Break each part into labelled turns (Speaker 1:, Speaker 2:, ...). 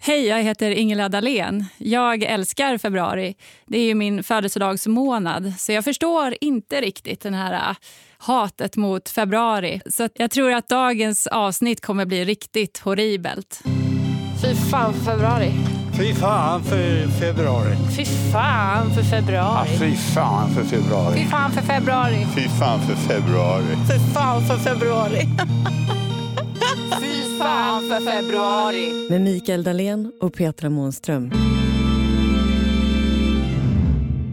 Speaker 1: Hej, jag heter Ingela Dahlén. Jag älskar februari. Det är ju min födelsedagsmånad, så jag förstår inte riktigt den här äh, hatet mot februari. Så att jag tror att dagens avsnitt kommer bli riktigt horribelt.
Speaker 2: Fy fan för februari.
Speaker 3: Fy fan för februari.
Speaker 2: Fy fan för
Speaker 3: Ja,
Speaker 2: februari.
Speaker 3: fy fan för februari.
Speaker 2: fan för februari.
Speaker 3: Fy fan för februari.
Speaker 2: Fy fan för februari. Fy fan för februari.
Speaker 4: Med Mikael Dahlén och Petra Månström.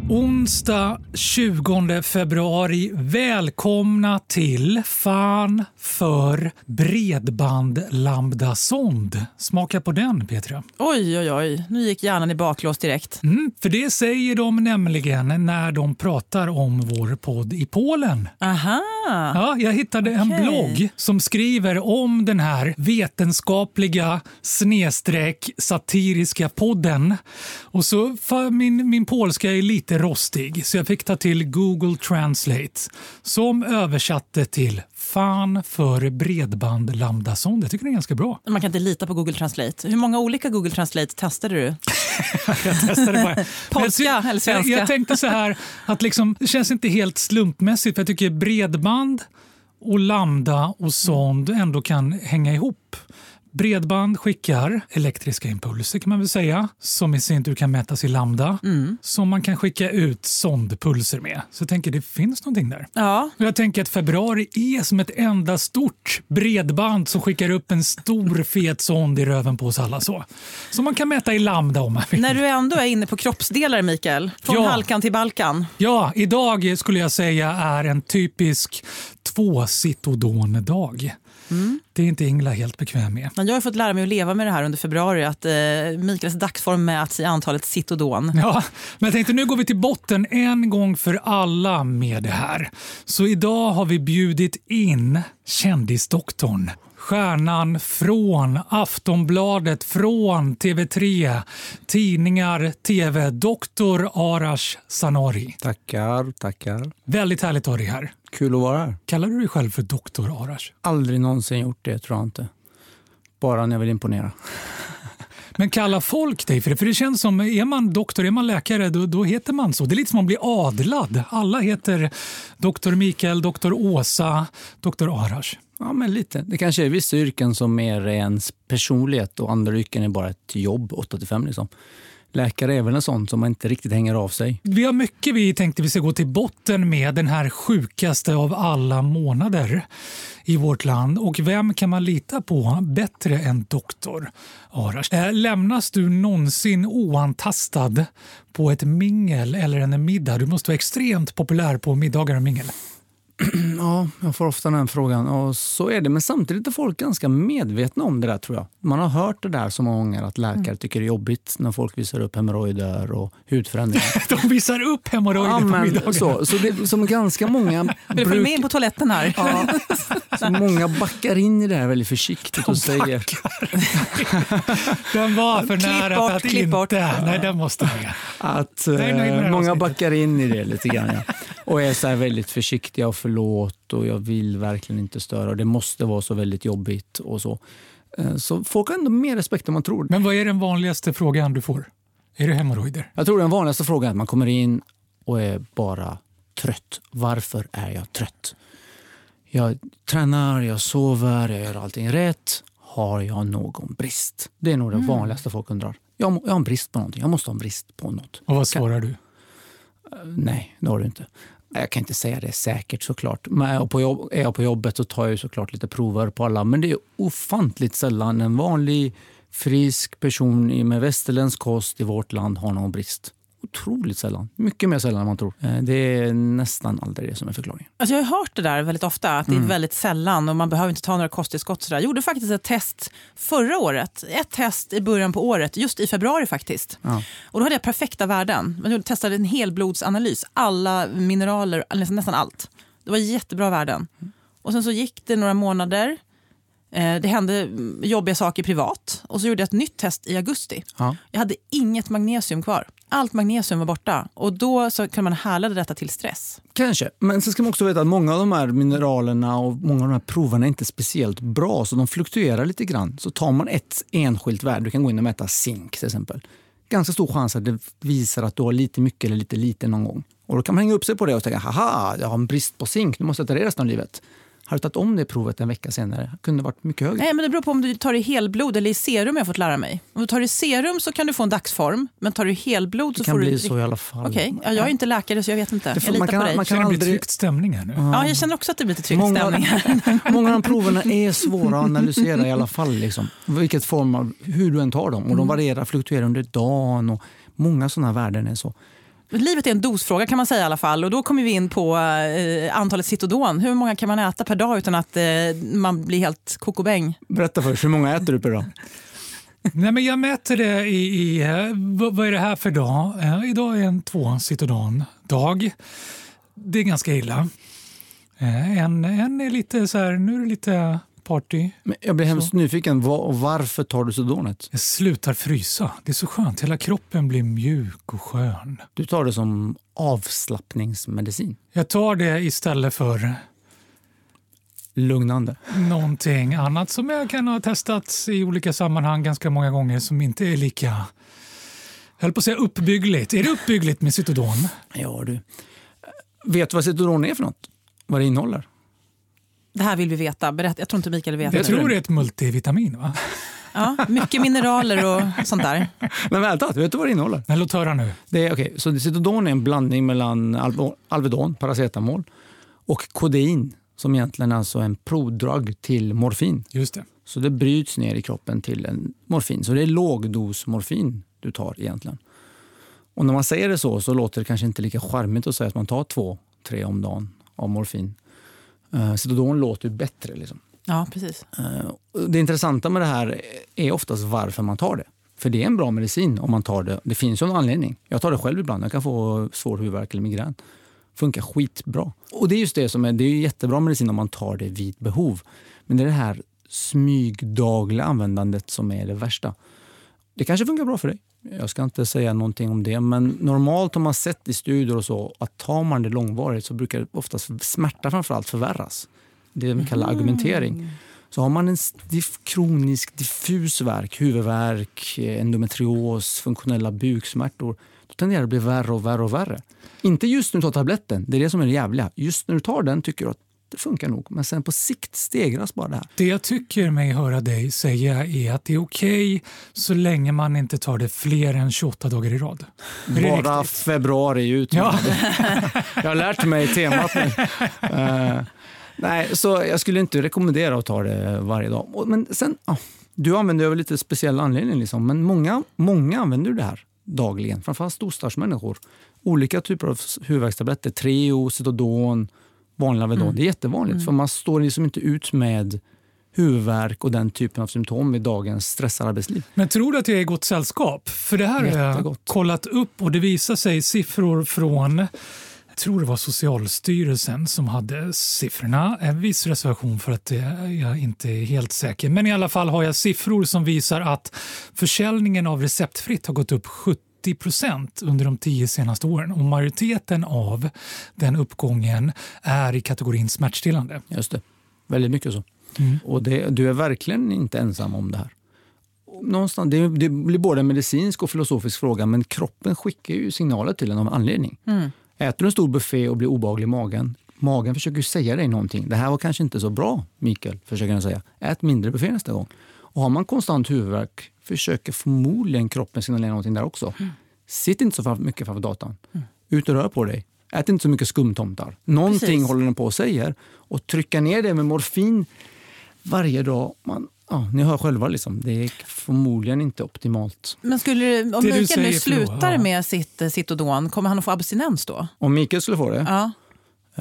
Speaker 5: Onsdag 20 februari. Välkomna till Fan för bredband Lambda Sond. Smaka på den, Petra.
Speaker 6: Oj, oj, oj. Nu gick hjärnan i baklås direkt.
Speaker 5: Mm, för det säger de nämligen när de pratar om vår podd i Polen.
Speaker 6: Aha!
Speaker 5: Ja, jag hittade en
Speaker 6: Okej.
Speaker 5: blogg som skriver om den här vetenskapliga snedstreck satiriska podden. Och så, för min, min polska är lite rostig, så jag fick ta till Google Translate som översatte till Fan för bredband lambdasond. Jag tycker det är ganska bra.
Speaker 6: Man kan inte lita på Google Translate. Hur många olika Google Translate testade du?
Speaker 5: Jag testade bara.
Speaker 6: Polska
Speaker 5: Men jag ty-
Speaker 6: eller svenska?
Speaker 5: Jag, jag tänkte så här, att liksom, det känns inte helt slumpmässigt. För jag tycker bredband och lambda och sond ändå kan hänga ihop. Bredband skickar elektriska impulser kan man väl säga, som i sin tur kan mätas i lambda,
Speaker 6: Mm.
Speaker 5: som man kan skicka ut sondpulser med. Så jag tänker det finns någonting där.
Speaker 6: Ja.
Speaker 5: Och Jag tänker att februari är som ett enda stort bredband som skickar upp en stor fet sond i röven på oss alla. så. Som man kan mäta i lambda om man vill.
Speaker 6: När du ändå är inne på kroppsdelar, Mikael. Från
Speaker 5: Ja.
Speaker 6: halkan till balkan.
Speaker 5: Ja, idag skulle jag säga är en typisk tvåsitodon-dag. Det är inte Ingla helt bekväm med.
Speaker 6: Men Jag har fått lära mig att leva med det här under februari, att eh, Mikaels dagsform mäts i antalet citodon.
Speaker 5: Ja, men jag tänkte nu går vi till botten en gång för alla med det här. Så idag har vi bjudit in kändisdoktorn. Stjärnan från Aftonbladet, från TV3, tidningar, TV, doktor Arash Sanori.
Speaker 7: Tackar, tackar.
Speaker 5: Väldigt härligt att ha dig här.
Speaker 7: Kul att vara här.
Speaker 5: Kallar du dig själv för doktor Arash?
Speaker 7: Aldrig någonsin gjort det, tror jag inte. Bara när jag vill imponera.
Speaker 5: Men kallar folk dig för det? För det känns som, är man doktor, är man läkare, då, då heter man så. Det är lite som att bli adlad. Alla heter doktor Mikael, doktor Åsa, doktor Arash.
Speaker 7: Ja, men lite. Det kanske är vissa yrken som är ens personlighet och andra yrken är bara ett jobb, 8-5 liksom. Läkare är väl en sån som man inte riktigt hänger av sig.
Speaker 5: Vi har mycket vi tänkte vi ska gå till botten med den här sjukaste av alla månader i vårt land. Och vem kan man lita på bättre än doktor Arash? Eh, Lämnas du någonsin oantastad på ett mingel eller en middag? Du måste vara extremt populär på middagar och mingel.
Speaker 7: Mm, Ja, jag får ofta den frågan och så är det. Men samtidigt är folk ganska medvetna om det där tror jag. Man har hört det där så många gånger att läkare tycker det är jobbigt när folk visar upp hemorrojder och hudförändringar.
Speaker 5: De visar upp hemorrojder
Speaker 7: ja,
Speaker 5: på
Speaker 7: men,
Speaker 5: middagen.
Speaker 7: så, så det som ganska många
Speaker 6: Vill du följa med
Speaker 7: brukar...
Speaker 6: in på toaletten här?
Speaker 7: Ja, så många backar in i det här väldigt försiktigt och säger
Speaker 5: Den var för
Speaker 6: Klipp
Speaker 5: nära
Speaker 6: bort,
Speaker 5: för att
Speaker 6: klipp
Speaker 5: inte...
Speaker 6: bort.
Speaker 5: Nej, den måste med.
Speaker 7: att
Speaker 5: Nej, nej, nej,
Speaker 7: eh, många
Speaker 5: avsnittet.
Speaker 7: backar in i det lite grann. Ja. Och är så här väldigt försiktiga och förlåt och jag vill verkligen inte störa och det måste vara så väldigt jobbigt och så. Eh, Så folk har ändå mer respekt än man tror.
Speaker 5: Men vad är den vanligaste frågan du får? Är det hemorrojder?
Speaker 7: Jag tror den vanligaste frågan är att man kommer in och är bara trött. Varför är jag trött? Jag tränar, jag sover, jag gör allting rätt. Har jag någon brist? Det är nog det vanligaste folk undrar. Jag, må- jag har en brist på någonting. Jag måste ha en brist på något.
Speaker 5: Och vad svarar du?
Speaker 7: Nej, det har du inte. Nej, Jag kan inte säga det säkert såklart. Men är jag på, jobb, är jag på jobbet så tar jag ju såklart lite prover på alla. Men det är ofantligt sällan en vanlig frisk person i- med västerländsk kost i vårt land har någon brist. Otroligt sällan. Mycket mer sällan än man tror. Eh, Det är nästan aldrig det som är förklaringen.
Speaker 6: Alltså jag har hört det där väldigt ofta, att det
Speaker 7: Mm.
Speaker 6: är väldigt sällan och man behöver inte ta några kosttillskott. och sådär. Jag gjorde faktiskt ett test förra året, ett test i början på året, just i februari faktiskt.
Speaker 7: Ja.
Speaker 6: Och då hade jag perfekta värden. Men Jag testade en helblodsanalys, alla mineraler, nästan nästan allt. Det var jättebra värden. Och sen så gick det några månader, eh, det hände mm, jobbiga saker privat och så gjorde jag ett nytt test i augusti.
Speaker 7: Ja.
Speaker 6: Jag hade inget magnesium kvar. Allt magnesium var borta och då så kunde man härleda detta till stress.
Speaker 7: Kanske, men sen ska man också veta att många av de här mineralerna och många av de här proverna är inte speciellt bra, så de fluktuerar lite grann. Så tar man ett enskilt värde, du kan gå in och mäta zink till exempel. Ganska stor chans att det visar att du har lite mycket eller lite lite någon gång. Och då kan man hänga upp sig på det och tänka, haha, jag har en brist på zink, nu måste jag ta det resten av livet. Har du tagit om det provet en vecka senare, kunde det varit mycket högre.
Speaker 6: Nej, men det beror på om du tar i helblod eller i serum har jag fått lära mig. Om du tar i serum så kan du få en dagsform, men tar du i helblod så
Speaker 7: Det kan
Speaker 6: får du...
Speaker 7: bli så i alla fall.
Speaker 6: Okej, ja, jag är inte läkare så jag vet inte.
Speaker 7: Det
Speaker 6: jag
Speaker 7: får-
Speaker 6: litar
Speaker 7: man kan-
Speaker 6: på dig.
Speaker 7: man
Speaker 5: Känner det blir
Speaker 7: aldrig-
Speaker 5: tryckt stämning här nu.
Speaker 6: Ja, jag känner också att det blir lite tryckt
Speaker 7: Många-
Speaker 6: stämning här.
Speaker 7: Många av de proverna är svåra att analysera i alla fall. Liksom. Vilket form av, hur du än tar dem. Och de varierar, fluktuerar under dagen. Och många sådana värden är så.
Speaker 6: Men Livet är en dosfråga kan man säga i alla fall. Och då kommer vi in på eh, antalet Citodon. Hur många kan man äta per dag utan att eh, man blir helt kokobäng?
Speaker 7: Berätta först, hur många äter du per dag?
Speaker 5: Nej, men jag mäter det i... i eh, vad, vad är det här för dag? Eh, idag är en två Citodon-dag. Det är ganska illa. Eh, en, en är lite så här... Nu är det lite party.
Speaker 7: Men jag blir hemskt nyfiken. Va- och varför tar du Sudonet?
Speaker 5: Jag slutar frysa. Det är så skönt. Hela kroppen blir mjuk och skön.
Speaker 7: Du tar det som avslappningsmedicin.
Speaker 5: Jag tar det istället för
Speaker 7: Lugnande.
Speaker 5: någonting annat som jag kan ha testat i olika sammanhang ganska många gånger som inte är lika... Jag höll på att säga uppbyggligt. Är det uppbyggligt med Citodon?
Speaker 7: Ja du. Vet du vad Citodon är för något? Vad det innehåller?
Speaker 6: Det här vill vi veta. Berätta. Jag tror inte Mikael vet.
Speaker 5: Jag
Speaker 6: det.
Speaker 5: tror det är ett multivitamin, va?
Speaker 6: Ja, mycket mineraler och sånt där.
Speaker 7: Men vänta, vet du vad det innehåller?
Speaker 5: Men låt höra nu.
Speaker 7: Det är, okej, så Citodon är en blandning mellan Alvo- Alvedon, paracetamol, och kodein som egentligen är alltså är en prodrug till morfin.
Speaker 5: Just det.
Speaker 7: Så det bryts ner i kroppen till en morfin. Så det är lågdos morfin du tar egentligen. Och när man säger det så så låter det kanske inte lika charmigt att säga att man tar två, tre om dagen av morfin. Eh, Citodon låter ju bättre. Liksom.
Speaker 6: Ja, precis.
Speaker 7: Eh, och Det intressanta med det här är oftast varför man tar det. För det är en bra medicin om man tar det. Det finns ju en anledning. Jag tar det själv ibland. Jag kan få svår huvudvärk eller migrän. Funkar skitbra. Och det är just det som är, det är ju jättebra medicin om man tar det vid behov. Men det är det här smygdagliga användandet som är det värsta. Det kanske funkar bra för dig. Jag ska inte säga någonting om det, men normalt har man sett i studier och så att tar man det långvarigt så brukar oftast smärta framförallt förvärras. Det vi kallar argumentering. Så har man en stiff, kronisk, diffus värk, huvudvärk, eh, endometrios, funktionella buksmärtor, då tenderar det att bli värre och värre och värre. Inte just när du tar tabletten, det är det som är det jävliga. Just när du tar den tycker du att det funkar nog, men sen på sikt stegras bara det här.
Speaker 5: Det jag tycker mig höra dig säga är att det är okej så länge man inte tar det fler än 28 dagar i rad. Är det
Speaker 7: Bara
Speaker 5: riktigt?
Speaker 7: februari ut.
Speaker 5: Ja.
Speaker 7: Jag har lärt mig temat nu. Eh, nej, så jag skulle inte rekommendera att ta det varje dag. Och- Men sen, ja, du använder det av lite speciell anledning, liksom, men många, många använder ju det här dagligen. Framförallt storstadsmänniskor. Olika typer av huvudvärkstabletter. Treo, Citodon, vanlig Alvedon.
Speaker 5: Mm.
Speaker 7: Det är jättevanligt, för man står liksom inte ut med huvudvärk och den typen av symptom i dagens stressade arbetsliv.
Speaker 5: Men tror du att jag är i gott sällskap? För det här har jag
Speaker 7: Jättegott.
Speaker 5: kollat upp och det visar sig siffror från jag tror det var Socialstyrelsen som hade siffrorna. En viss reservation för att eh, jag inte är helt säker. Men i alla fall har jag siffror som visar att försäljningen av receptfritt har gått upp 70 procent under de tio senaste åren och majoriteten av den uppgången är i kategorin smärtstillande.
Speaker 7: Just det. Väldigt mycket så. Och det, du är verkligen inte ensam om det här. Och Någonstans, det, det blir både en medicinsk och filosofisk fråga men kroppen skickar ju signaler till en av en anledning. Äter du en stor buffé och blir obehaglig i magen, magen försöker ju säga dig någonting. Det här var kanske inte så bra, Mikael, försöker den säga. Ät mindre buffé nästa gång. Och har man konstant huvudvärk försöker förmodligen kroppen signalera någonting där också. Sitt inte så fram- mycket framför datorn. Ut och rör på dig. Ät inte så mycket skumtomtar. Någonting
Speaker 6: Precis.
Speaker 7: håller den på och säger. Och trycka ner det med morfin varje dag. Man, ja, ni hör själva, liksom. det är förmodligen inte optimalt.
Speaker 6: Men skulle, om
Speaker 5: du
Speaker 6: Mikael
Speaker 5: säger,
Speaker 6: nu
Speaker 5: Flo,
Speaker 6: slutar
Speaker 5: ja.
Speaker 6: med sitt eh, Citodon, kommer han att få abstinens då?
Speaker 7: Om Mikael skulle få det,
Speaker 6: Ja.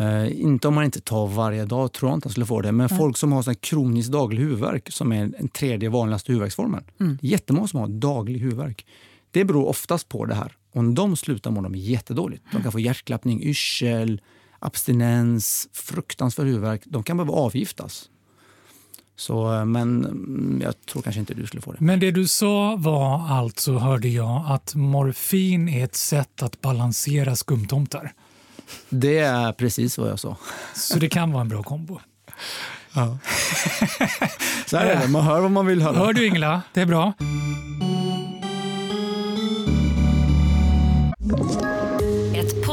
Speaker 7: eh, inte om han inte tar varje dag, tror jag inte han skulle få det. Men folk som har sån här kronisk daglig huvudvärk, som är den tredje vanligaste huvudvärksformen. Det är Jättemånga som har daglig huvudvärk. Det beror oftast på det här. Om de slutar mår de jättedåligt. De kan få hjärtklappning, yrsel, abstinens, fruktansvärd huvudvärk. De kan behöva avgiftas. Så, eh, men mm, jag tror kanske inte du skulle få det.
Speaker 5: Men det du sa var alltså, hörde jag, att morfin är ett sätt att balansera skumtomtar.
Speaker 7: Det är precis vad jag sa.
Speaker 5: Så det kan vara en bra kombo.
Speaker 7: Så här är det, man hör vad man vill höra.
Speaker 5: Hör du Ingela? Det är bra.
Speaker 8: Ett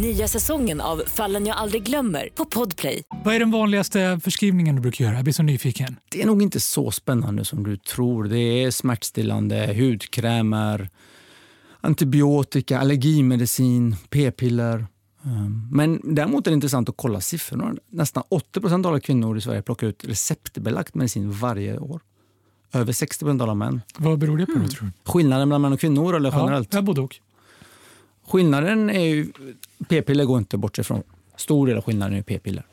Speaker 8: Nya säsongen av Fallen jag aldrig glömmer på Podplay.
Speaker 5: Vad är den vanligaste förskrivningen du brukar göra? Jag blir så nyfiken.
Speaker 7: det är nog inte så spännande som du tror. Det är smärtstillande, hudkrämer, antibiotika, allergimedicin, p-piller. Ehm, Men däremot är det intressant att kolla siffrorna. Nästan 80 av alla kvinnor i Sverige plockar ut receptbelagt medicin varje år. Över 60 av alla män.
Speaker 5: Vad beror det på då, tror du?
Speaker 7: Skillnaden mellan män och kvinnor eller generellt?
Speaker 5: Ja, både och.
Speaker 7: Skillnaden är ju... P-piller går inte bort ifrån. Stor del av skillnaden är ju p-piller.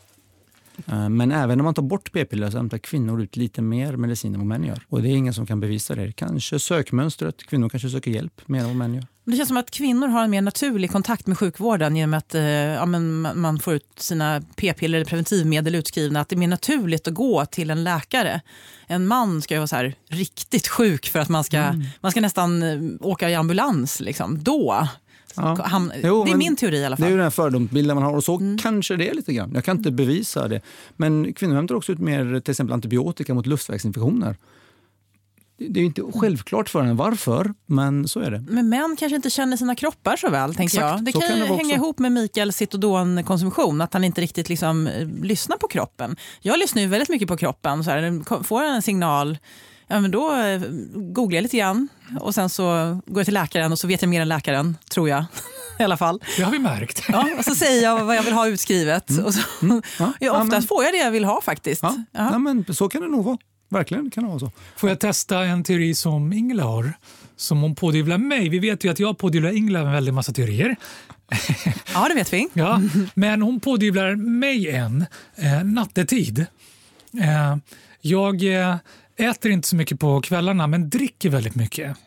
Speaker 7: Eh, Men även när man tar bort p-piller så hämtar kvinnor ut lite mer medicin än vad män gör. Och det är ingen som kan bevisa det. Kanske sökmönstret. Kvinnor kanske söker hjälp mer än vad män gör.
Speaker 6: Men det känns som att kvinnor har en mer naturlig kontakt med sjukvården genom att eh, ja, men man- man får ut sina p-piller eller preventivmedel utskrivna. Att det är mer naturligt att gå till en läkare. En man ska ju vara så här, riktigt sjuk för att man ska,
Speaker 7: Mm.
Speaker 6: man ska nästan eh, åka i ambulans. Liksom. Då
Speaker 7: Ja.
Speaker 6: hamn,
Speaker 7: Jo,
Speaker 6: Det är
Speaker 7: men
Speaker 6: min teori i alla
Speaker 7: Det är ju
Speaker 6: fall.
Speaker 7: den här fördomsbilden man har och så kanske det är lite grann. Jag kan inte bevisa det. Men kvinnor hämtar också ut mer till exempel antibiotika mot luftvägsinfektioner. Det det är ju inte självklart för en varför, men så är det.
Speaker 6: Men män kanske inte känner sina kroppar så väl. tänker
Speaker 7: Exakt,
Speaker 6: jag. Det
Speaker 7: så
Speaker 6: kan,
Speaker 7: kan
Speaker 6: ju
Speaker 7: det vara
Speaker 6: hänga
Speaker 7: också.
Speaker 6: ihop med Mikaels Citodon-konsumtion. Att han inte riktigt liksom, eh, lyssnar på kroppen. Jag lyssnar ju väldigt mycket på kroppen. Så här, ko- får jag en signal, ja, men då eh, googlar jag lite grann. Och sen så går jag till läkaren och så vet jag mer än läkaren, tror jag. I alla fall.
Speaker 5: Det har vi märkt.
Speaker 6: Ja, och så säger jag vad jag vill ha utskrivet. Och så,
Speaker 7: Mm. Ja,
Speaker 6: ja, oftast
Speaker 7: ja, men-
Speaker 6: får jag det jag vill ha faktiskt.
Speaker 7: Ja,
Speaker 6: Ja.
Speaker 7: Nej, men så kan det nog vara. Verkligen kan det vara så.
Speaker 5: Får jag testa en teori som Ingela har? Som hon pådyvlar mig. Vi vet ju att jag pådyvlar Ingela en väldig massa teorier.
Speaker 6: ja, det vet vi.
Speaker 5: Ja, men hon pådyvlar mig en eh, nattetid. Eh, jag eh, äter inte så mycket på kvällarna, men dricker väldigt mycket.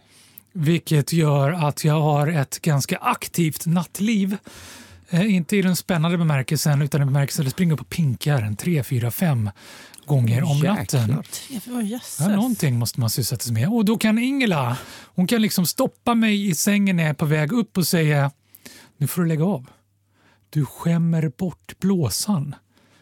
Speaker 5: Vilket gör att jag har ett ganska aktivt nattliv. Eh, inte i den spännande bemärkelsen, utan i bemärkelsen att jag springer upp och pinkar en tre, fyra, fem gånger om natten.
Speaker 7: Jäklar.
Speaker 6: Oh, jösses.
Speaker 5: Ja, någonting måste man sysselsätta sig med. Och då kan Ingela, hon kan liksom stoppa mig i sängen när jag är på väg upp och säga nu får du lägga av. Du skämmer bort blåsan.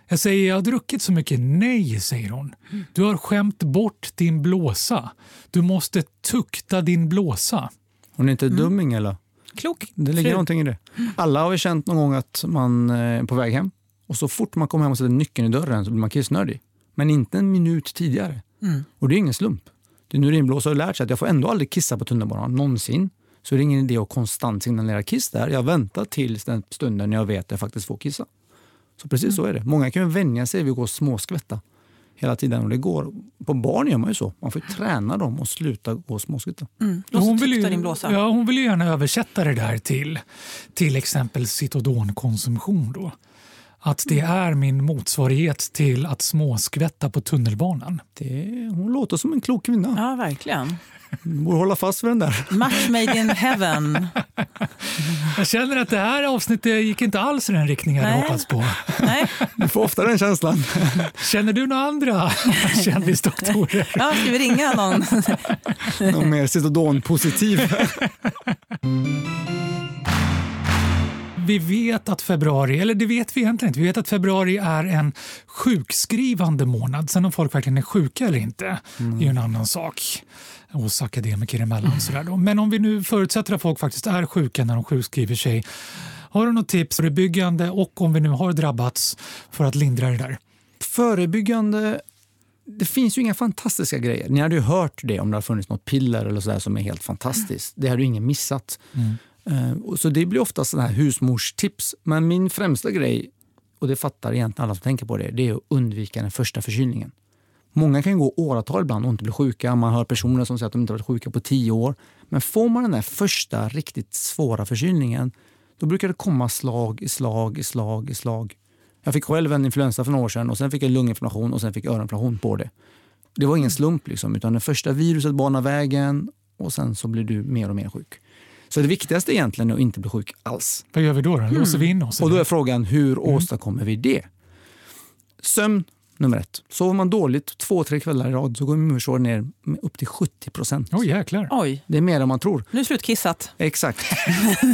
Speaker 5: Jag säger jag har druckit så mycket. Nej, säger hon. Du har skämt bort din blåsa. Du måste tukta din blåsa.
Speaker 7: Hon är inte dum, Ingela.
Speaker 6: Klok
Speaker 7: Det ligger
Speaker 6: fru.
Speaker 7: någonting i det. Alla har vi känt någon gång att man eh, är på väg hem och så fort man kommer hem och sätter nyckeln i dörren så blir man kissnödig. Men inte en minut tidigare. Och det är ingen slump. Det är nu urinblåsare har lärt sig att jag får ändå aldrig kissa på tunnelbanan någonsin. Så det är ingen idé att konstant signalera kiss där. Jag väntar tills den stunden när jag vet att jag faktiskt får kissa. Så precis så är det. Många kan ju vänja sig vid att gå och småskvätta hela tiden. Och det går. På barn gör man ju så. Man får ju träna dem att sluta gå och småskvätta.
Speaker 6: Och så
Speaker 5: Hon vill,
Speaker 6: tuktar
Speaker 5: ju,
Speaker 6: din blåsa.
Speaker 5: ja, hon vill ju gärna översätta det där till till exempel Citodonkonsumtion. Då. Att
Speaker 6: Mm.
Speaker 5: det är min motsvarighet till att småskvätta på tunnelbanan.
Speaker 7: Det, hon låter som en klok kvinna.
Speaker 6: Ja, verkligen.
Speaker 7: Hon borde hålla fast vid den där.
Speaker 6: Match made in heaven.
Speaker 5: Jag känner att det här avsnittet gick inte alls i den riktning jag hade
Speaker 6: Nej.
Speaker 5: hoppats på.
Speaker 6: Nej.
Speaker 7: Du får ofta den känslan.
Speaker 5: Känner du några andra kändisdoktorer?
Speaker 6: Ja, ska vi ringa någon?
Speaker 7: Någon mer citodon-positiv.
Speaker 5: Vi vet att februari, eller det vet vi egentligen inte, vi vet att februari är en sjukskrivande månad. Sen om folk verkligen är sjuka eller inte det är ju en annan sak. Oss akademiker emellan. Sådär då. Men om vi nu förutsätter att folk faktiskt är sjuka när de sjukskriver sig. Har du något tips förebyggande och om vi nu har drabbats för att lindra det där?
Speaker 7: Förebyggande... Det finns ju inga fantastiska grejer. Ni hade ju hört det om det hade funnits något piller eller sådär som är helt fantastiskt. Det hade ju ingen missat. Eh, och Så det blir ofta sådana här husmorstips. Men min främsta grej, och det fattar egentligen alla som tänker på det, det är att undvika den första förkylningen. Många kan ju gå åratal ibland och inte bli sjuka. Man hör personer som säger att de inte varit sjuka på tio år. Men får man den där första riktigt svåra förkylningen då brukar det komma slag i slag i slag i slag. Jag fick själv en influensa för några år sedan och sen fick jag lunginflammation och sen fick jag öroninflammation på det. Det var ingen slump, liksom, utan det första viruset banar vägen och sen så blir du mer och mer sjuk. Så det viktigaste egentligen är att inte bli sjuk alls.
Speaker 5: Vad gör vi då? då? Låser vi in oss?
Speaker 7: Och då är frågan, hur åstadkommer vi det? Sömn nummer ett. Sover man dåligt två, tre kvällar i rad så går immunförsvaret ner med upp till 70 procent.
Speaker 5: Åh, jäklar.
Speaker 6: Oj,
Speaker 7: Det är mer än man tror.
Speaker 6: nu är det slutkissat.
Speaker 7: Exakt.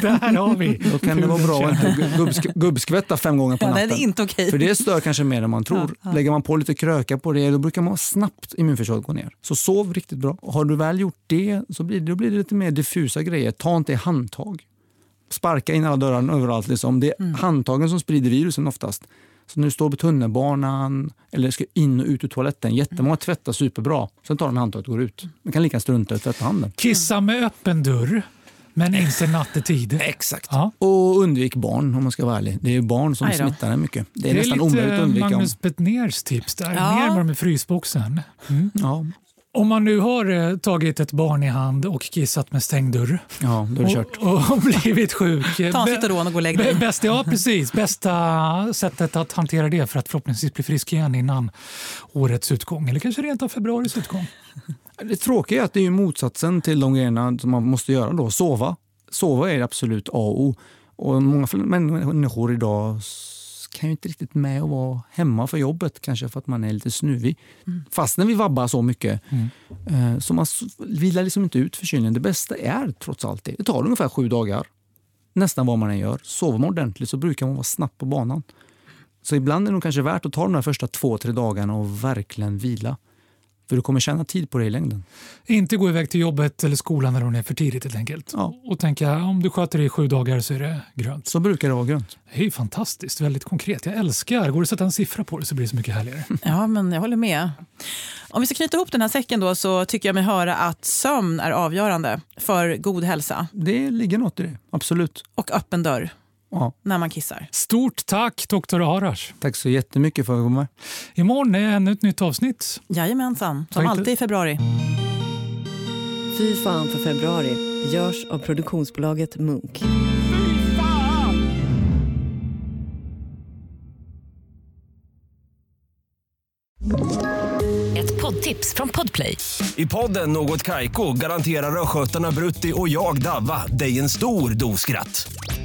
Speaker 5: Där har vi.
Speaker 7: Då kan det vara bra att inte gubbsk- gubbskvätta fem gånger på
Speaker 6: Ja, nej, det är
Speaker 7: natten.
Speaker 6: inte okej.
Speaker 7: För det stör kanske mer än man tror. Lägger man på lite kröka på det, då brukar man snabbt immunförsvaret gå ner. Så sov riktigt bra. Och Har du väl gjort det så blir det, då blir det lite mer diffusa grejer. Ta inte i handtag. Sparka in alla dörrar överallt. Liksom. Det är handtagen som sprider virusen oftast. Så nu står på tunnelbanan eller ska in och ut ur toaletten. Jättemånga tvättar superbra. Sen tar de handtaget och går ut. Man kan lika gärna strunta i att tvätta handen.
Speaker 5: Kissa med öppen dörr, men inte nattetid.
Speaker 7: Exakt.
Speaker 5: Ja.
Speaker 7: Och undvik barn om man ska vara ärlig. Det är ju barn som
Speaker 6: Aj då.
Speaker 7: smittar en mycket. Det är,
Speaker 5: Det är
Speaker 7: nästan omöjligt att
Speaker 5: lite
Speaker 7: undvika. Om,
Speaker 5: Magnus Betnérs tips. Där.
Speaker 6: Ja.
Speaker 5: Ner med dem i frysboxen.
Speaker 7: ja,
Speaker 5: Om man nu har eh, tagit ett barn i hand och kissat med stängd dörr
Speaker 7: ja, då är det kört.
Speaker 5: och, och blivit sjuk. eh,
Speaker 6: Ta en
Speaker 5: bä-
Speaker 6: Citaron och gå och lägg
Speaker 5: bä-
Speaker 6: dig.
Speaker 5: Bästa, ja, precis. Bästa sättet att hantera det för att förhoppningsvis bli frisk igen innan årets utgång eller kanske rent av februaris utgång.
Speaker 7: Det tråkiga är att det är ju motsatsen till de grejerna som man måste göra då. Sova. Sova är det absolut A och O. Och många fl- människor idag s- kan ju inte riktigt med att vara hemma för jobbet kanske för att man är lite snuvig. Fastän vi vabbar så mycket. Eh, Så man s- vilar liksom inte ut förkylningen. Det bästa är trots allt det. Det tar ungefär sju dagar. Nästan vad man än gör. Sover man ordentligt så brukar man vara snabb på banan. Så ibland är det nog kanske värt att ta de där första två, tre dagarna och verkligen vila. För du kommer tjäna tid på det i längden.
Speaker 5: Inte gå iväg till jobbet eller skolan när hon är för tidigt helt enkelt.
Speaker 7: Ja.
Speaker 5: Och tänka om du sköter dig i sju dagar så är det grönt.
Speaker 7: Så brukar det vara grönt.
Speaker 5: Det är ju fantastiskt, väldigt konkret. Jag älskar. Går det att sätta en siffra på det så blir det så mycket härligare.
Speaker 6: Ja, men jag håller med. Om vi ska knyta ihop den här säcken då så tycker jag mig höra att sömn är avgörande för god hälsa
Speaker 7: Det ligger något i det, absolut.
Speaker 6: och öppen dörr
Speaker 7: Ja.
Speaker 6: när man kissar.
Speaker 5: Stort tack, Dr. Arash.
Speaker 7: Tack så jättemycket för att jag var med.
Speaker 5: Imorgon är ännu ett nytt avsnitt.
Speaker 6: Jajamensan,
Speaker 5: Ta
Speaker 6: som
Speaker 5: inte-
Speaker 6: alltid i februari.
Speaker 4: Fy fan för februari görs av produktionsbolaget Munk.
Speaker 8: Ett poddtips från Podplay.
Speaker 9: I podden Något Kaiko garanterar östgötarna Brutti och jag, Davva, dig en stor dos skratt.